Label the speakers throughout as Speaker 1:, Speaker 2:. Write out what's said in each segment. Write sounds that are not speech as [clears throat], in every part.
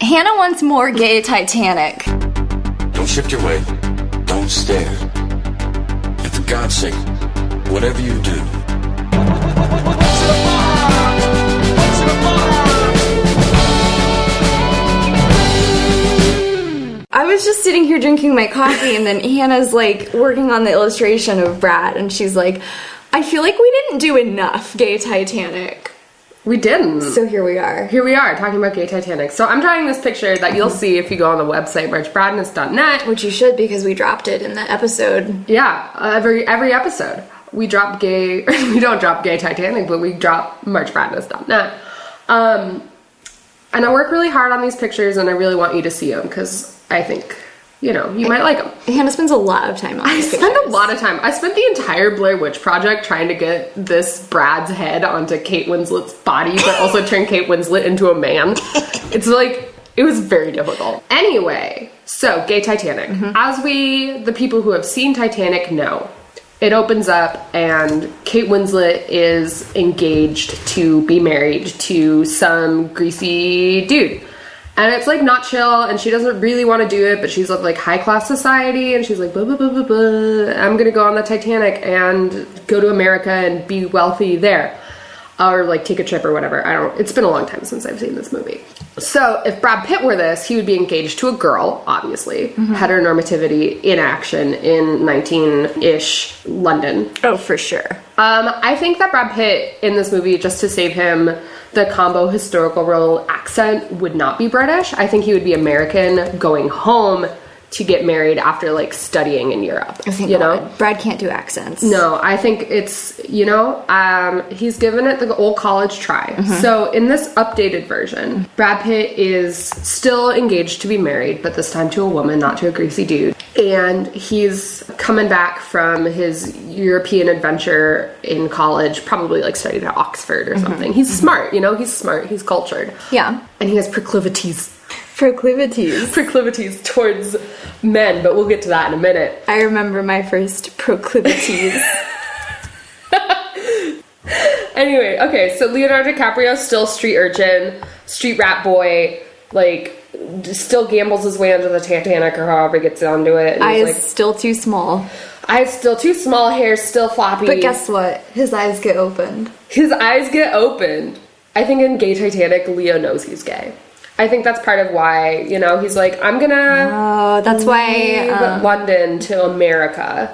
Speaker 1: Hannah wants more gay Titanic.
Speaker 2: Don't shift your weight. Don't stare. And for God's sake, whatever you do,
Speaker 1: I was just sitting here drinking my coffee, and then Hannah's like working on the illustration of Brad, and she's like, I feel like we didn't do enough gay Titanic.
Speaker 3: We didn't.
Speaker 1: So here we are.
Speaker 3: Here we are talking about gay Titanic. So I'm drawing this picture that you'll see if you go on the website marchbradness.net.
Speaker 1: Which you should because we dropped it in the episode.
Speaker 3: Yeah, every every episode we drop gay. [laughs] we don't drop gay Titanic, but we drop marchbradness.net. Um, and I work really hard on these pictures, and I really want you to see them because I think you know you might like them.
Speaker 1: Hannah spends a lot of time on
Speaker 3: I spent a lot of time. I spent the entire Blair Witch Project trying to get this Brad's head onto Kate Winslet's body, but also turn Kate Winslet into a man. It's like it was very difficult. Anyway, so gay Titanic. As we, the people who have seen Titanic, know, it opens up and Kate Winslet is engaged to be married to some greasy dude. And it's like not chill, and she doesn't really want to do it, but she's of like high class society, and she's like, blah, blah, blah, blah, blah. I'm gonna go on the Titanic and go to America and be wealthy there. Or like take a trip or whatever. I don't, it's been a long time since I've seen this movie. So if Brad Pitt were this, he would be engaged to a girl, obviously. Heteronormativity in action in 19 ish London.
Speaker 1: Oh, for sure.
Speaker 3: Um, I think that Brad Pitt in this movie, just to save him the combo historical role accent, would not be British. I think he would be American going home to get married after like studying in Europe. you know?
Speaker 1: Brad can't do accents.
Speaker 3: No, I think it's you know um, he's given it the old college try. So in this updated version, Brad Pitt is still engaged to be married, but this time to a woman, not to a greasy dude. And he's coming back from his European adventure in college, probably like studied at Oxford or something. He's smart, you know. He's smart. He's cultured.
Speaker 1: Yeah.
Speaker 3: and he has proclivities [laughs]
Speaker 1: Proclivities.
Speaker 3: proclivities towards men, but we'll get to that in a minute.
Speaker 1: I remember my first [laughs] proclivities.
Speaker 3: Anyway, okay, so Leonardo DiCaprio still street urchin, street rat boy, like d- still gambles his way onto the Titanic or however he gets onto it. And
Speaker 1: Eyes
Speaker 3: he's like,
Speaker 1: still too small.
Speaker 3: eyes still too small, hair still floppy.
Speaker 1: But guess what? His eyes get opened.
Speaker 3: his eyes get opened. I think in Gay Titanic, Leo knows he's gay. I think that's part of why you know he's like I'm gonna
Speaker 1: Oh, that's why
Speaker 3: leave
Speaker 1: um,
Speaker 3: London to America,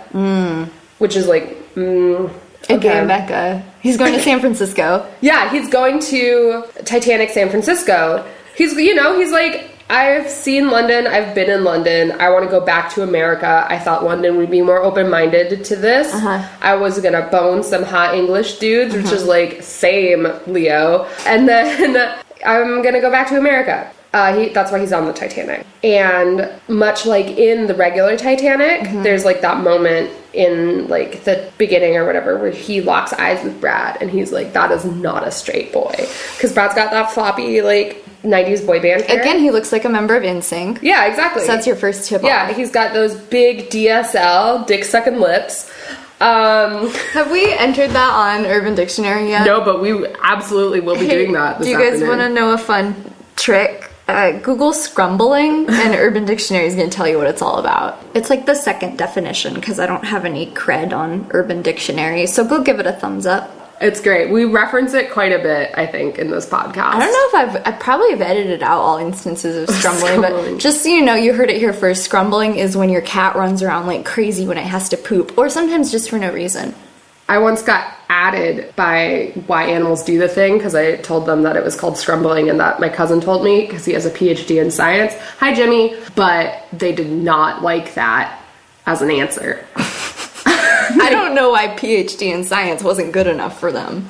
Speaker 3: which is like mm,
Speaker 1: again, Becca. He's going to San [laughs] Francisco.
Speaker 3: Yeah, he's going to Titanic San Francisco. He's, you know, he's like, I've seen London, I've been in London, I want to go back to America. I thought London would be more open minded to this. I was gonna bone some hot English dudes, which is like, same, Leo. And then [laughs] I'm gonna go back to America. Uh, he, that's why he's on the Titanic. And much like in the regular Titanic,
Speaker 1: Mm-hmm.
Speaker 3: there's like that moment in like the beginning or whatever where he locks eyes with Brad and he's like, that is not a straight boy. Because Brad's got that floppy like 90s boy band hair.
Speaker 1: Again, he looks like a member of InSync.
Speaker 3: Yeah, exactly.
Speaker 1: So that's your first tip
Speaker 3: Yeah,
Speaker 1: off.
Speaker 3: he's got those big DSL, dick sucking lips. Um,
Speaker 1: Have we entered that on Urban Dictionary yet?
Speaker 3: [laughs] no, but we absolutely will be doing that. This
Speaker 1: Do you guys
Speaker 3: afternoon.
Speaker 1: want to know a fun trick? Uh, Google scrumbling, [laughs] and Urban Dictionary is going to tell you what it's all about. It's like the second definition because I don't have any cred on Urban Dictionary, so go give it a thumbs up.
Speaker 3: It's great. We reference it quite a bit, I think, in this podcast.
Speaker 1: I don't know if I've I probably have edited out all instances of scrumbling,
Speaker 3: Scrumbling.
Speaker 1: but just so you know, you heard it here first. Scrumbling is when your cat runs around like crazy when it has to poop, or sometimes just for no reason.
Speaker 3: I once got added by why animals do the thing because I told them that it was called scrumbling and that my cousin told me because he has a PhD in science. Hi, Jimmy. But they did not like that as an answer.
Speaker 1: [laughs] I don't know why PhD in science wasn't good enough for them.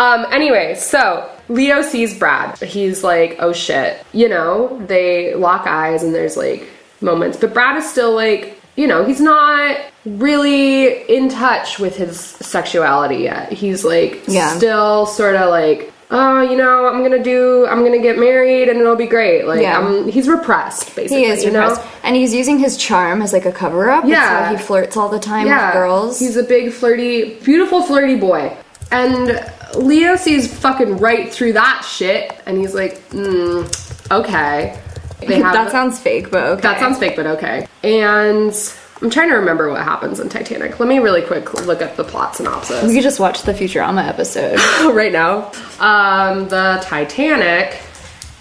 Speaker 3: Um, anyway, so Leo sees Brad. He's like, oh shit. You know, they lock eyes and there's like moments. But Brad is still like, you know, he's not really in touch with his sexuality yet. He's like,
Speaker 1: Yeah.
Speaker 3: still sort of like, oh, you know, I'm gonna do, I'm gonna get married and it'll be great. Like,
Speaker 1: Yeah.
Speaker 3: um, he's repressed,
Speaker 1: He
Speaker 3: basically.
Speaker 1: is
Speaker 3: you know?
Speaker 1: repressed, and he's using his charm as like a cover up.
Speaker 3: Yeah.
Speaker 1: That's why he flirts all the time with girls.
Speaker 3: He's a big flirty, beautiful flirty boy. And
Speaker 1: [laughs]
Speaker 3: Leo sees fucking right through that shit and he's like, mm, "Hmm, okay. They
Speaker 1: [laughs]
Speaker 3: have
Speaker 1: that sounds fake, but okay.
Speaker 3: That sounds fake, but okay. And I'm trying to remember what happens in Titanic. Let me really quick look up the plot synopsis.
Speaker 1: We [laughs] could just watch the Futurama episode.
Speaker 3: right now, um, the Titanic.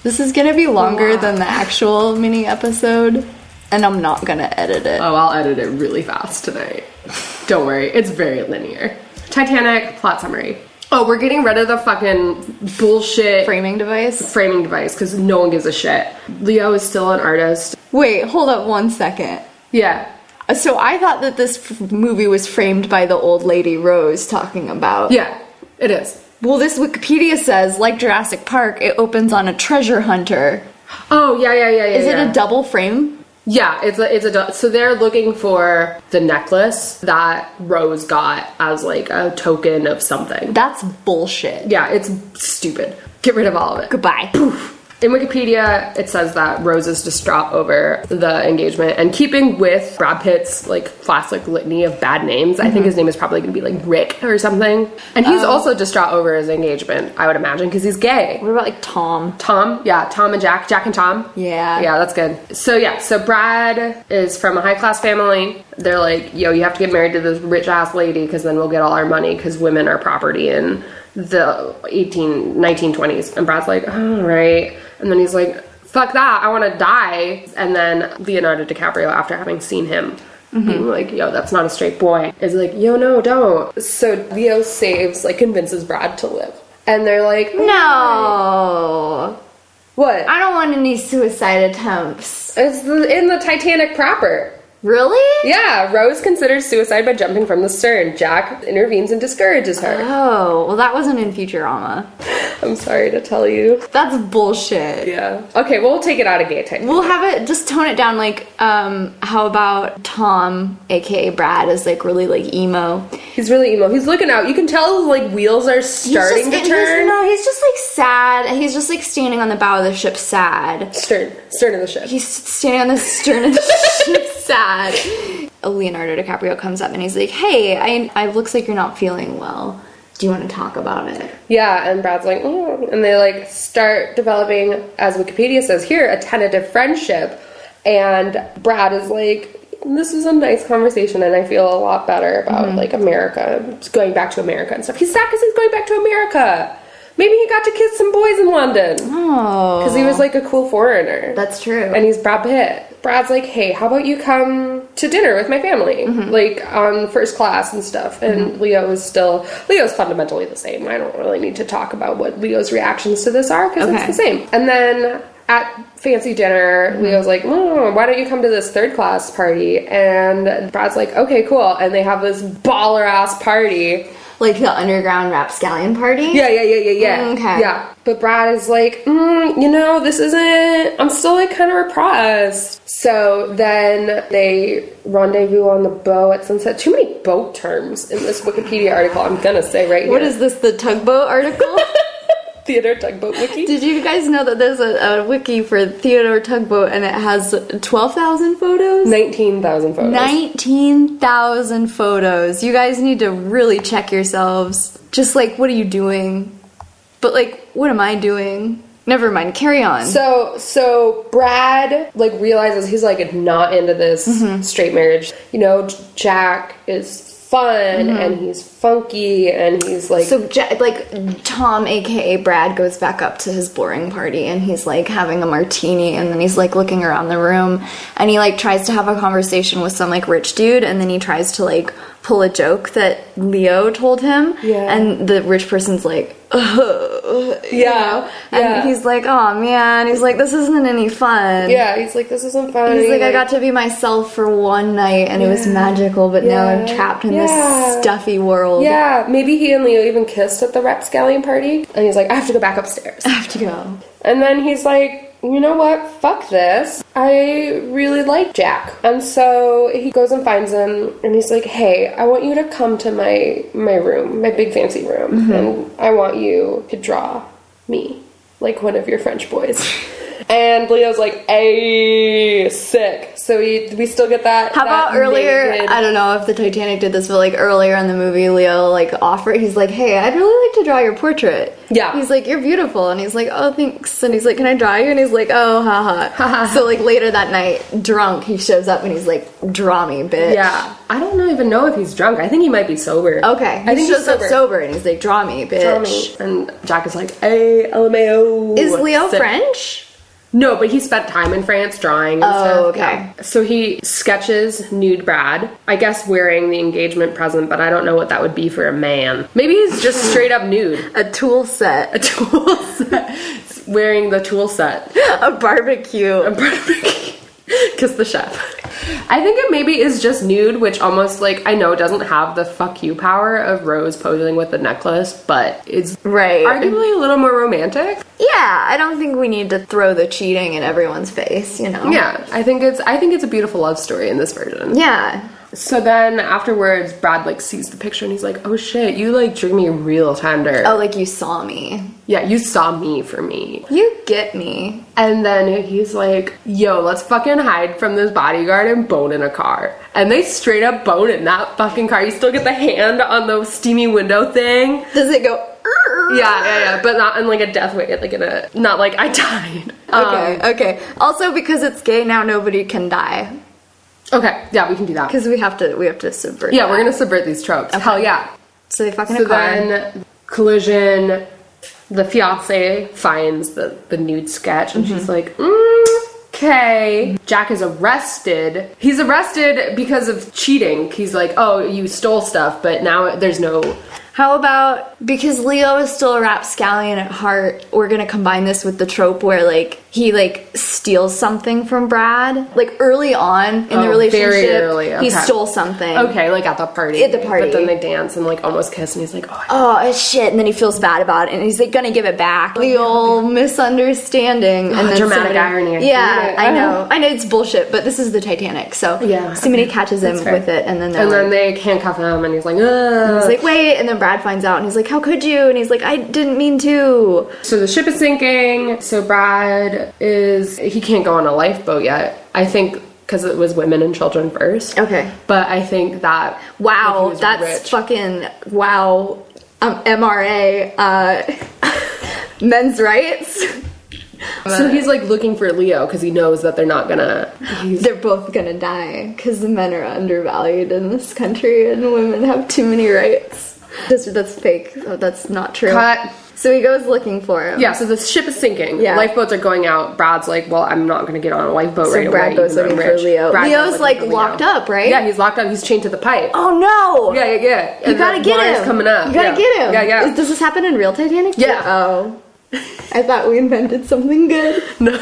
Speaker 1: this is gonna be longer than the actual mini episode, and I'm not gonna edit it.
Speaker 3: Oh, I'll edit it really fast tonight. Don't worry, it's very linear. Titanic plot summary. Oh, we're getting rid of the fucking bullshit
Speaker 1: Framing device.
Speaker 3: framing device because no one gives a shit. Leo is still an artist.
Speaker 1: Wait, hold up one second. Uh,
Speaker 3: Yeah.
Speaker 1: So I thought that this f- movie was framed by the old lady Rose talking about.
Speaker 3: Yeah, it is.
Speaker 1: Well, this Wikipedia says, like Jurassic Park, it opens on a treasure hunter.
Speaker 3: Oh, yeah, yeah, yeah, yeah.
Speaker 1: Is it
Speaker 3: yeah.
Speaker 1: a double frame?
Speaker 3: Yeah, it's a, it's a do- so they're looking for the necklace that Rose got as like a token of something.
Speaker 1: That's bullshit.
Speaker 3: Yeah, it's stupid. Get rid of all of it. [clears throat]
Speaker 1: Goodbye.
Speaker 3: In Wikipedia, it says that Rose is distraught over the engagement and keeping with Brad Pitt's like classic litany of bad names. I think his name is probably going to be like Rick or something. And he's also distraught over his engagement, I would imagine, because he's gay.
Speaker 1: What about like Tom?
Speaker 3: Tom, yeah, Tom and Jack, Jack and Tom.
Speaker 1: Yeah.
Speaker 3: Yeah, that's good. So yeah, so Brad is from a high class family. They're like, yo, you have to get married to this rich ass lady because then we'll get all our money because women are property in the 18, 1920s. And Brad's like, all right. And then he's like, fuck that, I want to die. And then Leonardo DiCaprio, after having seen him,
Speaker 1: Mm-hmm.
Speaker 3: being like, yo, that's not a straight boy, is like, yo, no, don't. So Leo saves, like, convinces Brad to live. And they're like,
Speaker 1: No.
Speaker 3: what?
Speaker 1: I don't want any suicide attempts.
Speaker 3: It's the, in the Titanic proper.
Speaker 1: Really?
Speaker 3: Yeah, Rose considers suicide by jumping from the stern. Jack intervenes and discourages her.
Speaker 1: Oh, well, that wasn't in Futurama.
Speaker 3: I'm sorry to tell you.
Speaker 1: That's bullshit.
Speaker 3: Yeah. Okay, well, we'll take it out of gay time.
Speaker 1: We'll have it just tone it down. Like, um, how about Tom, aka Brad, is like really like emo.
Speaker 3: He's really emo. He's looking out. You can tell like wheels are starting
Speaker 1: he's just,
Speaker 3: to turn.
Speaker 1: He's, no, he's just like sad. He's just like standing on the bow of the ship, sad.
Speaker 3: stern, stern of the ship.
Speaker 1: He's standing on the stern of the ship, [laughs] sad. Leonardo DiCaprio comes up and he's like, "Hey, I, I looks like you're not feeling well. Do you want to talk about it?"
Speaker 3: Yeah, and Brad's like, mm. and they like start developing, as Wikipedia says here, a tentative friendship. And Brad is like, this is a nice conversation, and I feel a lot better about like America, just going back to America and stuff. He's sad because he's going back to America. Maybe he got to kiss some boys in London because
Speaker 1: Oh,
Speaker 3: he was like a cool foreigner.
Speaker 1: that's true.
Speaker 3: and he's Brad Pitt. Brad's like, hey, how about you come to dinner with my family,
Speaker 1: Mm-hmm.
Speaker 3: like on first class and stuff. And Leo is still Leo's fundamentally the same. I don't really need to talk about what Leo's reactions to this are because
Speaker 1: Okay. Mm-hmm.
Speaker 3: it's the same. And then at fancy dinner, Leo's like, "Mm, why don't you come to this third class party? And Brad's like, okay, cool. And they have this baller ass party.
Speaker 1: like the underground rapscallion party.
Speaker 3: Yeah, yeah, yeah, yeah, yeah.
Speaker 1: Mm, Okay.
Speaker 3: Yeah. But Brad is like, mm, you know, this isn't, I'm still like kind of repressed. So then they rendezvous on the bow at sunset. Too many boat terms in this Wikipedia article, I'm gonna say right
Speaker 1: What
Speaker 3: here.
Speaker 1: is this? The tugboat [laughs] article?
Speaker 3: Theater Tugboat Wiki?
Speaker 1: Did you guys know that there's a, a wiki for Theodore Tugboat and it has twelve thousand photos?
Speaker 3: 19,000 photos.
Speaker 1: 19,000 photos. You guys need to really check yourselves. Just like, what are you doing? But like, what am I doing? Never mind, carry on.
Speaker 3: So so Brad like realizes he's like not into this
Speaker 1: Mm-hmm.
Speaker 3: straight marriage. You know, J- Jack is fun and he's funky and he's like
Speaker 1: Mm-hmm. So, Ja- like, Tom, aka Brad, goes back up to his boring party and he's like having a martini and then he's like looking around the room and he like tries to have a conversation with some like rich dude and then he tries to like pull a joke that Leo told him.
Speaker 3: Yeah.
Speaker 1: And the rich person's like, Ugh, you
Speaker 3: Yeah,
Speaker 1: know? And
Speaker 3: yeah.
Speaker 1: he's like, oh man. He's like, this isn't any fun.
Speaker 3: yeah, he's like this isn't fun.
Speaker 1: He's
Speaker 3: He,
Speaker 1: like, I got to be myself for one night and it was magical, but now I'm
Speaker 3: Yeah.
Speaker 1: trapped in
Speaker 3: Yeah.
Speaker 1: this stuffy world.
Speaker 3: Yeah, maybe he and Leo even kissed at the rapscallion party. And he's like, I have to go
Speaker 1: [laughs]
Speaker 3: back upstairs.
Speaker 1: I have to go.
Speaker 3: And then he's like, you know what? Fuck this. I really like Jack. And so he goes and finds him and he's like, "Hey, I want you to come to my my room, my big fancy room,
Speaker 1: Mm-hmm. [laughs]
Speaker 3: and I want you to draw me like one of your French boys." And Leo's like, "Ay, sick." So we we still get that.
Speaker 1: How
Speaker 3: that
Speaker 1: about earlier? uh,
Speaker 3: naked-
Speaker 1: I don't know if the Titanic did this, but like earlier in the movie, Leo like offered. He's like, "Hey, I'd really like to draw your portrait."
Speaker 3: Yeah.
Speaker 1: He's like, "You're beautiful," and he's like, "Oh, thanks." And he's like, "Can I draw you?" And he's like, "Oh, haha." so like later that night, drunk, he shows up and he's like, "Draw me, bitch."
Speaker 3: yeah, I don't know, even know if he's drunk. I think he might be sober.
Speaker 1: Okay. He
Speaker 3: I think
Speaker 1: shows
Speaker 3: he's sober.
Speaker 1: up sober and he's like, "Draw me, bitch."
Speaker 3: Tell me. And Jack is like, "Ay, lmao."
Speaker 1: Is Leo
Speaker 3: Sick.
Speaker 1: French?
Speaker 3: No, but he spent time in France drawing. And
Speaker 1: Oh,
Speaker 3: stuff.
Speaker 1: okay.
Speaker 3: Yeah. So he sketches nude Brad. I guess wearing the engagement present, but I don't know what that would be for a man. Maybe he's just straight up nude.
Speaker 1: [laughs] A tool set,
Speaker 3: A tool set. [laughs] wearing the tool set.
Speaker 1: a barbecue.
Speaker 3: [laughs] Kiss the chef. I think it maybe is just nude, which almost like I know doesn't have the fuck you power of Rose posing with the necklace, but it's
Speaker 1: Right.
Speaker 3: arguably a little more romantic.
Speaker 1: Yeah, I don't think we need to throw the cheating in everyone's face, you know?
Speaker 3: Yeah, I think it's I think it's a beautiful love story in this version.
Speaker 1: Yeah.
Speaker 3: So then afterwards, Brad like sees the picture and he's like, "Oh shit, you like drew me real tender.
Speaker 1: Oh, like you saw me.
Speaker 3: Yeah, you saw me for me."
Speaker 1: You get me.
Speaker 3: And then he's like, "Yo, let's fucking hide from this bodyguard and bone in a car." And they straight up bone in that fucking car. You still get the hand on the steamy window thing.
Speaker 1: Does it go? "Err"?
Speaker 3: Yeah, yeah, yeah, but not in like a death way, like in a not like I [laughs] died.
Speaker 1: Okay, okay. Also, because it's gay now, nobody can die
Speaker 3: Um, okay, yeah, we can do that.
Speaker 1: because we have to. We have to subvert.
Speaker 3: Yeah,
Speaker 1: that.
Speaker 3: we're gonna subvert these tropes. Hell yeah.
Speaker 1: So they fucking
Speaker 3: So
Speaker 1: a car.
Speaker 3: then, collision. The fiance finds the, the nude sketch, and
Speaker 1: Mm-hmm.
Speaker 3: she's like, "Mm, "Okay." Jack is arrested. He's arrested because of cheating. He's like, "Oh, you stole stuff," but now there's no.
Speaker 1: How about because Leo is still a rapscallion at heart, we're gonna combine this with the trope where like he like steals something from Brad. Like early on in the
Speaker 3: Oh,
Speaker 1: relationship,
Speaker 3: very early, okay.
Speaker 1: he stole something.
Speaker 3: Okay, like at the party.
Speaker 1: At the party.
Speaker 3: But then they dance and like almost kiss, and he's like, "Oh." I-
Speaker 1: Oh shit! And then he feels bad about it, and he's like gonna give it back. The old misunderstanding and
Speaker 3: Oh,
Speaker 1: then
Speaker 3: dramatic
Speaker 1: somebody-
Speaker 3: irony, I
Speaker 1: Yeah,
Speaker 3: hate it. Oh.
Speaker 1: I know, I know it's bullshit, but this is the Titanic, so
Speaker 3: Yeah.
Speaker 1: somebody catches him
Speaker 3: That's fair.
Speaker 1: with it, and then they're
Speaker 3: And
Speaker 1: like,
Speaker 3: then they handcuff him, and he's like, "Ugh."
Speaker 1: he's like, wait, and then Brad finds out, and he's like, how could you? And he's like, I didn't mean to.
Speaker 3: So the ship is sinking. So Brad is he can't go on a lifeboat yet. I think because it was women and children first.
Speaker 1: Okay.
Speaker 3: But I think that if he
Speaker 1: Wow,
Speaker 3: was
Speaker 1: that's
Speaker 3: rich-
Speaker 1: fucking wow. Um, MRA, uh, [laughs] men's rights.
Speaker 3: so he's like looking for Leo because he knows that they're not gonna. He's,
Speaker 1: They're both gonna die because the men are undervalued in this country and women have too many rights. That's, that's fake. Oh, that's not true.
Speaker 3: Cut.
Speaker 1: So he goes looking for him.
Speaker 3: yeah. So the ship is sinking.
Speaker 1: Yeah.
Speaker 3: Lifeboats are going out. Brad's like, well, I'm not gonna get on a lifeboat
Speaker 1: So
Speaker 3: right
Speaker 1: Brad
Speaker 3: away.
Speaker 1: goes
Speaker 3: even though
Speaker 1: looking
Speaker 3: I'm
Speaker 1: for
Speaker 3: rich."
Speaker 1: Leo.
Speaker 3: Brad goes
Speaker 1: Leo's,
Speaker 3: looking
Speaker 1: like,
Speaker 3: for
Speaker 1: locked up, right?
Speaker 3: Yeah, he's locked up. He's chained to the pipe.
Speaker 1: Oh no!
Speaker 3: Yeah, yeah, yeah.
Speaker 1: You
Speaker 3: And
Speaker 1: gotta
Speaker 3: the
Speaker 1: get
Speaker 3: wire's
Speaker 1: him.
Speaker 3: Coming up.
Speaker 1: You gotta
Speaker 3: Yeah.
Speaker 1: get him.
Speaker 3: Yeah, yeah.
Speaker 1: Is- does this happen in real Titanic?
Speaker 3: Yeah.
Speaker 1: Oh. [laughs] I thought we invented something good.
Speaker 3: [laughs] no.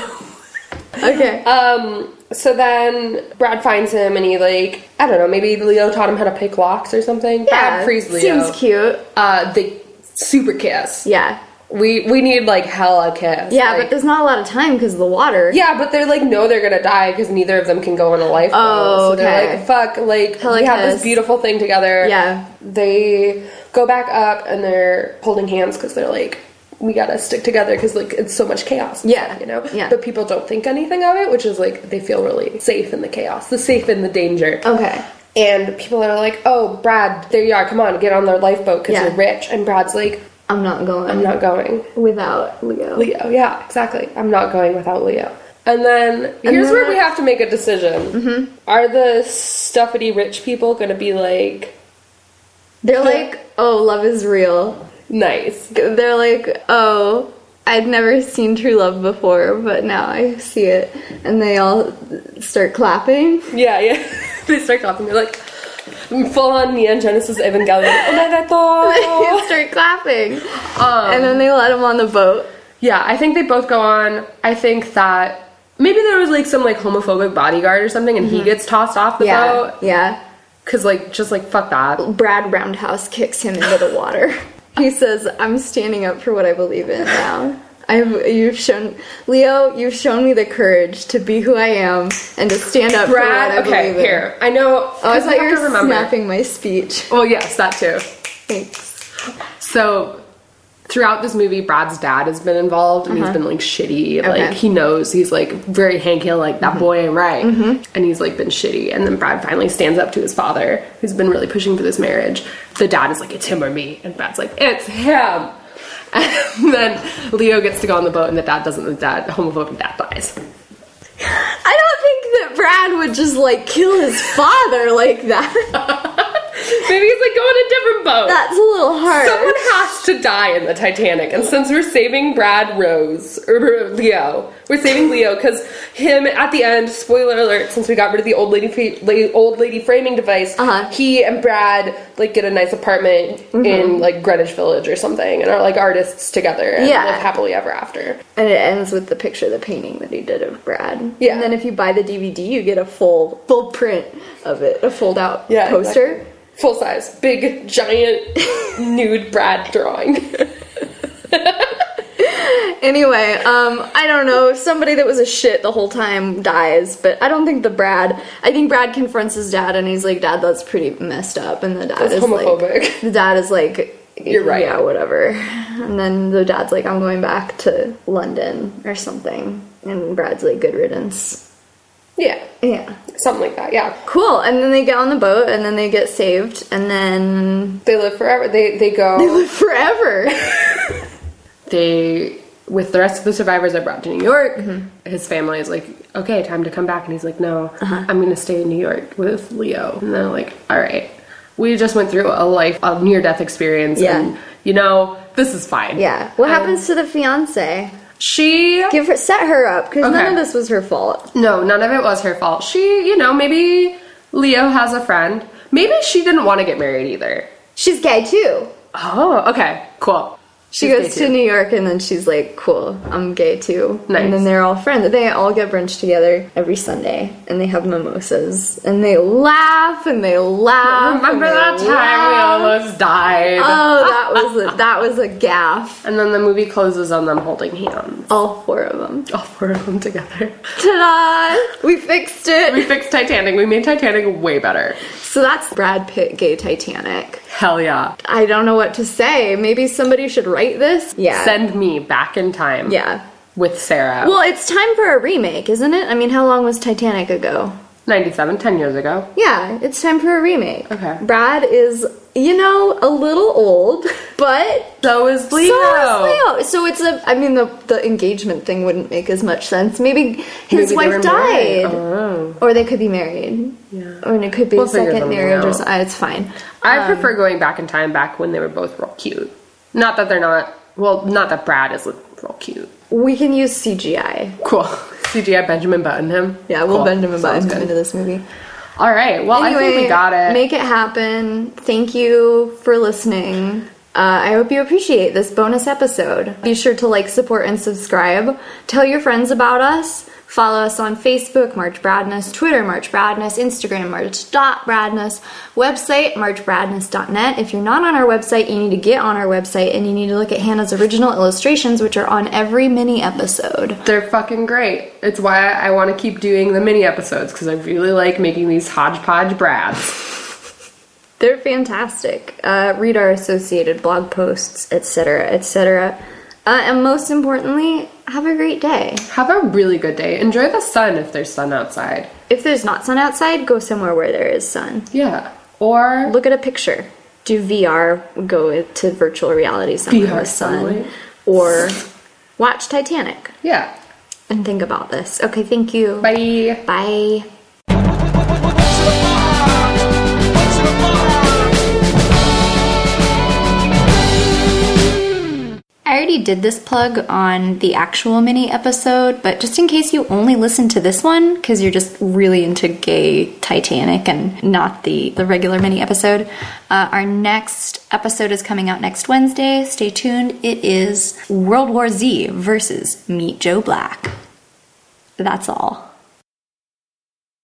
Speaker 1: Okay.
Speaker 3: Um, so then Brad finds him and he like I don't know, maybe Leo taught him how to pick locks or something. Brad frees Leo.
Speaker 1: Seems cute.
Speaker 3: Uh they super kiss.
Speaker 1: Yeah.
Speaker 3: We we need like hella kiss.
Speaker 1: Yeah,
Speaker 3: Like-
Speaker 1: but there's not a lot of time because of the water.
Speaker 3: Yeah, but they're like, no, they're gonna die because neither of them can go on a lifeboat.
Speaker 1: Oh,
Speaker 3: so they're
Speaker 1: okay.
Speaker 3: like, fuck, like
Speaker 1: Hella
Speaker 3: we have this
Speaker 1: kiss.
Speaker 3: beautiful thing together.
Speaker 1: Yeah.
Speaker 3: They go back up and they're holding hands because they're like, we gotta stick together because like it's so much chaos. and
Speaker 1: Yeah.
Speaker 3: stuff, you know.
Speaker 1: Yeah.
Speaker 3: But people don't think anything of it, which is like they feel really safe in the chaos, the safe in the danger.
Speaker 1: Okay.
Speaker 3: And people are like, oh, Brad, there you are. Come on, get on the lifeboat because
Speaker 1: Yeah.
Speaker 3: you're rich. And Brad's like,
Speaker 1: I'm not going
Speaker 3: I'm not going.
Speaker 1: without Leo.
Speaker 3: Leo, yeah, exactly. I'm not going without Leo. And then here's
Speaker 1: then Mm-hmm.
Speaker 3: where we
Speaker 1: what-
Speaker 3: have to make a decision. Are the stuffity rich people going to be like
Speaker 1: They're like, oh, love is real.
Speaker 3: nice?
Speaker 1: They're like, oh, I'd never seen true love before, but now I see it. And they all start clapping. [laughs]
Speaker 3: Yeah, yeah. [laughs] they start clapping. They're like "Mm, full on Neon Genesis Evangelion.
Speaker 1: [laughs]
Speaker 3: Oh
Speaker 1: they
Speaker 3: my god!
Speaker 1: start clapping.
Speaker 3: Um,
Speaker 1: and then they let him on the boat.
Speaker 3: Yeah, I think they both go on. I think that maybe there was like some like homophobic bodyguard or something, and he gets tossed off the
Speaker 1: Mm-hmm. Yeah.
Speaker 3: boat
Speaker 1: Yeah.
Speaker 3: because like just like fuck that.
Speaker 1: Brad Roundhouse kicks him into the water. he says, "I'm standing up for what I believe in now. I've you've shown Leo, you've shown me the courage to be who I am and to stand up for
Speaker 3: Brad,
Speaker 1: what I
Speaker 3: okay,
Speaker 1: believe in."
Speaker 3: here I know.
Speaker 1: Oh, I
Speaker 3: 'cause
Speaker 1: thought you
Speaker 3: have to
Speaker 1: were
Speaker 3: remember. Oh,
Speaker 1: snapping my speech.
Speaker 3: Well, yes, that too.
Speaker 1: Thanks.
Speaker 3: So Throughout this movie, Brad's dad has been involved and he's been like shitty. Like
Speaker 1: Okay.
Speaker 3: he knows he's like very Hank Hill, like that boy ain't right. And he's like been shitty. And then Brad finally stands up to his father, who's been really pushing for this marriage. The dad is like, it's him or me. And Brad's like, it's him. [laughs] And then Leo gets to go on the boat, and the dad doesn't. The dad, homophobic dad, dies. [laughs]
Speaker 1: I don't think that Brad would just like kill his father like
Speaker 3: [laughs]
Speaker 1: that.
Speaker 3: Maybe he's like, go on a different boat.
Speaker 1: That's a little hard.
Speaker 3: Someone has to die in the Titanic, and since we're saving Brad Rose or Leo, we're saving Leo because him at the end. Spoiler alert! Since we got rid of the old lady, fa- la- old lady framing device,
Speaker 1: Uh-huh. Mm-hmm.
Speaker 3: he and Brad like get a nice apartment in like Greenwich Village or something, and are like artists together and
Speaker 1: Yeah.
Speaker 3: live happily ever after.
Speaker 1: and it ends with the picture, the painting that he did of Brad.
Speaker 3: Yeah.
Speaker 1: And then if you buy the DVD, you get a full full print of it, a fold out
Speaker 3: Yeah,
Speaker 1: poster.
Speaker 3: exactly. full size,
Speaker 1: [laughs]
Speaker 3: big, giant, nude Brad drawing. [laughs]
Speaker 1: Anyway, um, I don't know if somebody that was a shit the whole time dies, but I don't think the Brad. I think Brad confronts his dad and he's like, "Dad, that's pretty messed up," and the dad
Speaker 3: That's
Speaker 1: is
Speaker 3: homophobic.
Speaker 1: like, [laughs] "The dad is like,
Speaker 3: You're right.
Speaker 1: yeah, whatever." And then the dad's like, "I'm going back to London or something," and Brad's like, "Good riddance."
Speaker 3: yeah,
Speaker 1: Yeah,
Speaker 3: something like that. Yeah.
Speaker 1: cool. And then they get on the boat, and then they get saved, and then [laughs]
Speaker 3: They live forever. They they go.
Speaker 1: they live
Speaker 3: [laughs]
Speaker 1: forever.
Speaker 3: they with the rest of the survivors are brought to New York.
Speaker 1: Mm-hmm.
Speaker 3: His family is like, okay, time to come back, and he's like, no,
Speaker 1: Uh-huh.
Speaker 3: I'm gonna stay in New York with Leo. And they're like, all right, we just went through a life, a near death experience,
Speaker 1: Yeah.
Speaker 3: and you know, this is fine.
Speaker 1: yeah. What happens to the fiance?
Speaker 3: She
Speaker 1: Give her set her up because none
Speaker 3: Okay.
Speaker 1: of this was her fault.
Speaker 3: no, none of it was her fault. She, you know, maybe Leo has a friend. Maybe she didn't want to get married either.
Speaker 1: She's gay too.
Speaker 3: Oh, okay, cool.
Speaker 1: She
Speaker 3: She's
Speaker 1: goes
Speaker 3: gay
Speaker 1: to New York and then she's like, cool, I'm gay too.
Speaker 3: Nice.
Speaker 1: And then they're all friends. They all get brunch together every Sunday and they have mimosas and they laugh and they laugh.
Speaker 3: Remember
Speaker 1: and
Speaker 3: that
Speaker 1: they
Speaker 3: time
Speaker 1: laugh.
Speaker 3: we almost died?
Speaker 1: Oh, that was a, that was a gaff.
Speaker 3: and then the movie closes on them holding hands.
Speaker 1: All four of them.
Speaker 3: all four of them together.
Speaker 1: Ta-da! We fixed
Speaker 3: We
Speaker 1: it.
Speaker 3: fixed Titanic. We made Titanic way better.
Speaker 1: So that's Brad Pitt gay Titanic.
Speaker 3: Hell yeah.
Speaker 1: I don't know what to say. Maybe somebody should write this. Yeah.
Speaker 3: Send me back in time.
Speaker 1: yeah.
Speaker 3: With Sarah.
Speaker 1: Well, it's time for a remake, isn't it? I mean, how long was Titanic ago?
Speaker 3: 97, 10 years ago.
Speaker 1: Yeah, it's time for a remake.
Speaker 3: Okay.
Speaker 1: Brad is, you know, a little
Speaker 3: [laughs]
Speaker 1: old, but
Speaker 3: So is
Speaker 1: so
Speaker 3: Leo.
Speaker 1: is Leo. So it's a. I mean, the the engagement thing wouldn't make as much sense. Maybe
Speaker 3: Maybe
Speaker 1: his
Speaker 3: they were
Speaker 1: wife died,
Speaker 3: married. Oh.
Speaker 1: or they could be married.
Speaker 3: Yeah.
Speaker 1: Or it could be
Speaker 3: We'll
Speaker 1: a
Speaker 3: figure
Speaker 1: second
Speaker 3: something
Speaker 1: marriage. Or
Speaker 3: out.
Speaker 1: something. It's fine.
Speaker 3: I
Speaker 1: Um,
Speaker 3: prefer going back in time back when they were both real cute. Not that they're not, well, not that Brad is like, real cute.
Speaker 1: Um, We can use CGI.
Speaker 3: Cool. CGI Benjamin Button him.
Speaker 1: Yeah, we'll
Speaker 3: Cool.
Speaker 1: Benjamin Button
Speaker 3: Sounds
Speaker 1: him
Speaker 3: good.
Speaker 1: into this movie.
Speaker 3: All right. Well, I think we got it.
Speaker 1: Make it happen. Thank you for listening. Uh, I hope you appreciate this bonus episode. Be sure to like, support, and subscribe. Tell your friends about us. Follow us on Facebook, March Bradness, Twitter, March Bradness, Instagram, March.Bradness, website, marchbradness.net. If you're not on our website, you need to get on our website and you need to look at Hannah's original illustrations, which are on every mini episode.
Speaker 3: They're fucking great. It's why I want to keep doing the mini episodes because I really like making these hodgepodge brads.
Speaker 1: They're fantastic. Uh, read our associated blog posts, etc., etc. Uh, and most importantly, have a great day.
Speaker 3: Have a really good day. Enjoy the sun if there's sun outside.
Speaker 1: If there's not sun outside, go somewhere where there is sun.
Speaker 3: Yeah. Or
Speaker 1: Look at a picture. Do VR, go to virtual reality somewhere
Speaker 3: VR
Speaker 1: with sun,
Speaker 3: sunlight.
Speaker 1: or watch Titanic
Speaker 3: yeah.
Speaker 1: and think about this. Okay, thank you.
Speaker 3: Bye.
Speaker 1: Bye. I already did this plug on the actual mini episode, but just in case you only listen to this one because you're just really into gay Titanic and not the, the regular mini episode, uh, our next episode is coming out next Wednesday. Stay tuned. It is World War Z versus Meet Joe Black. That's all.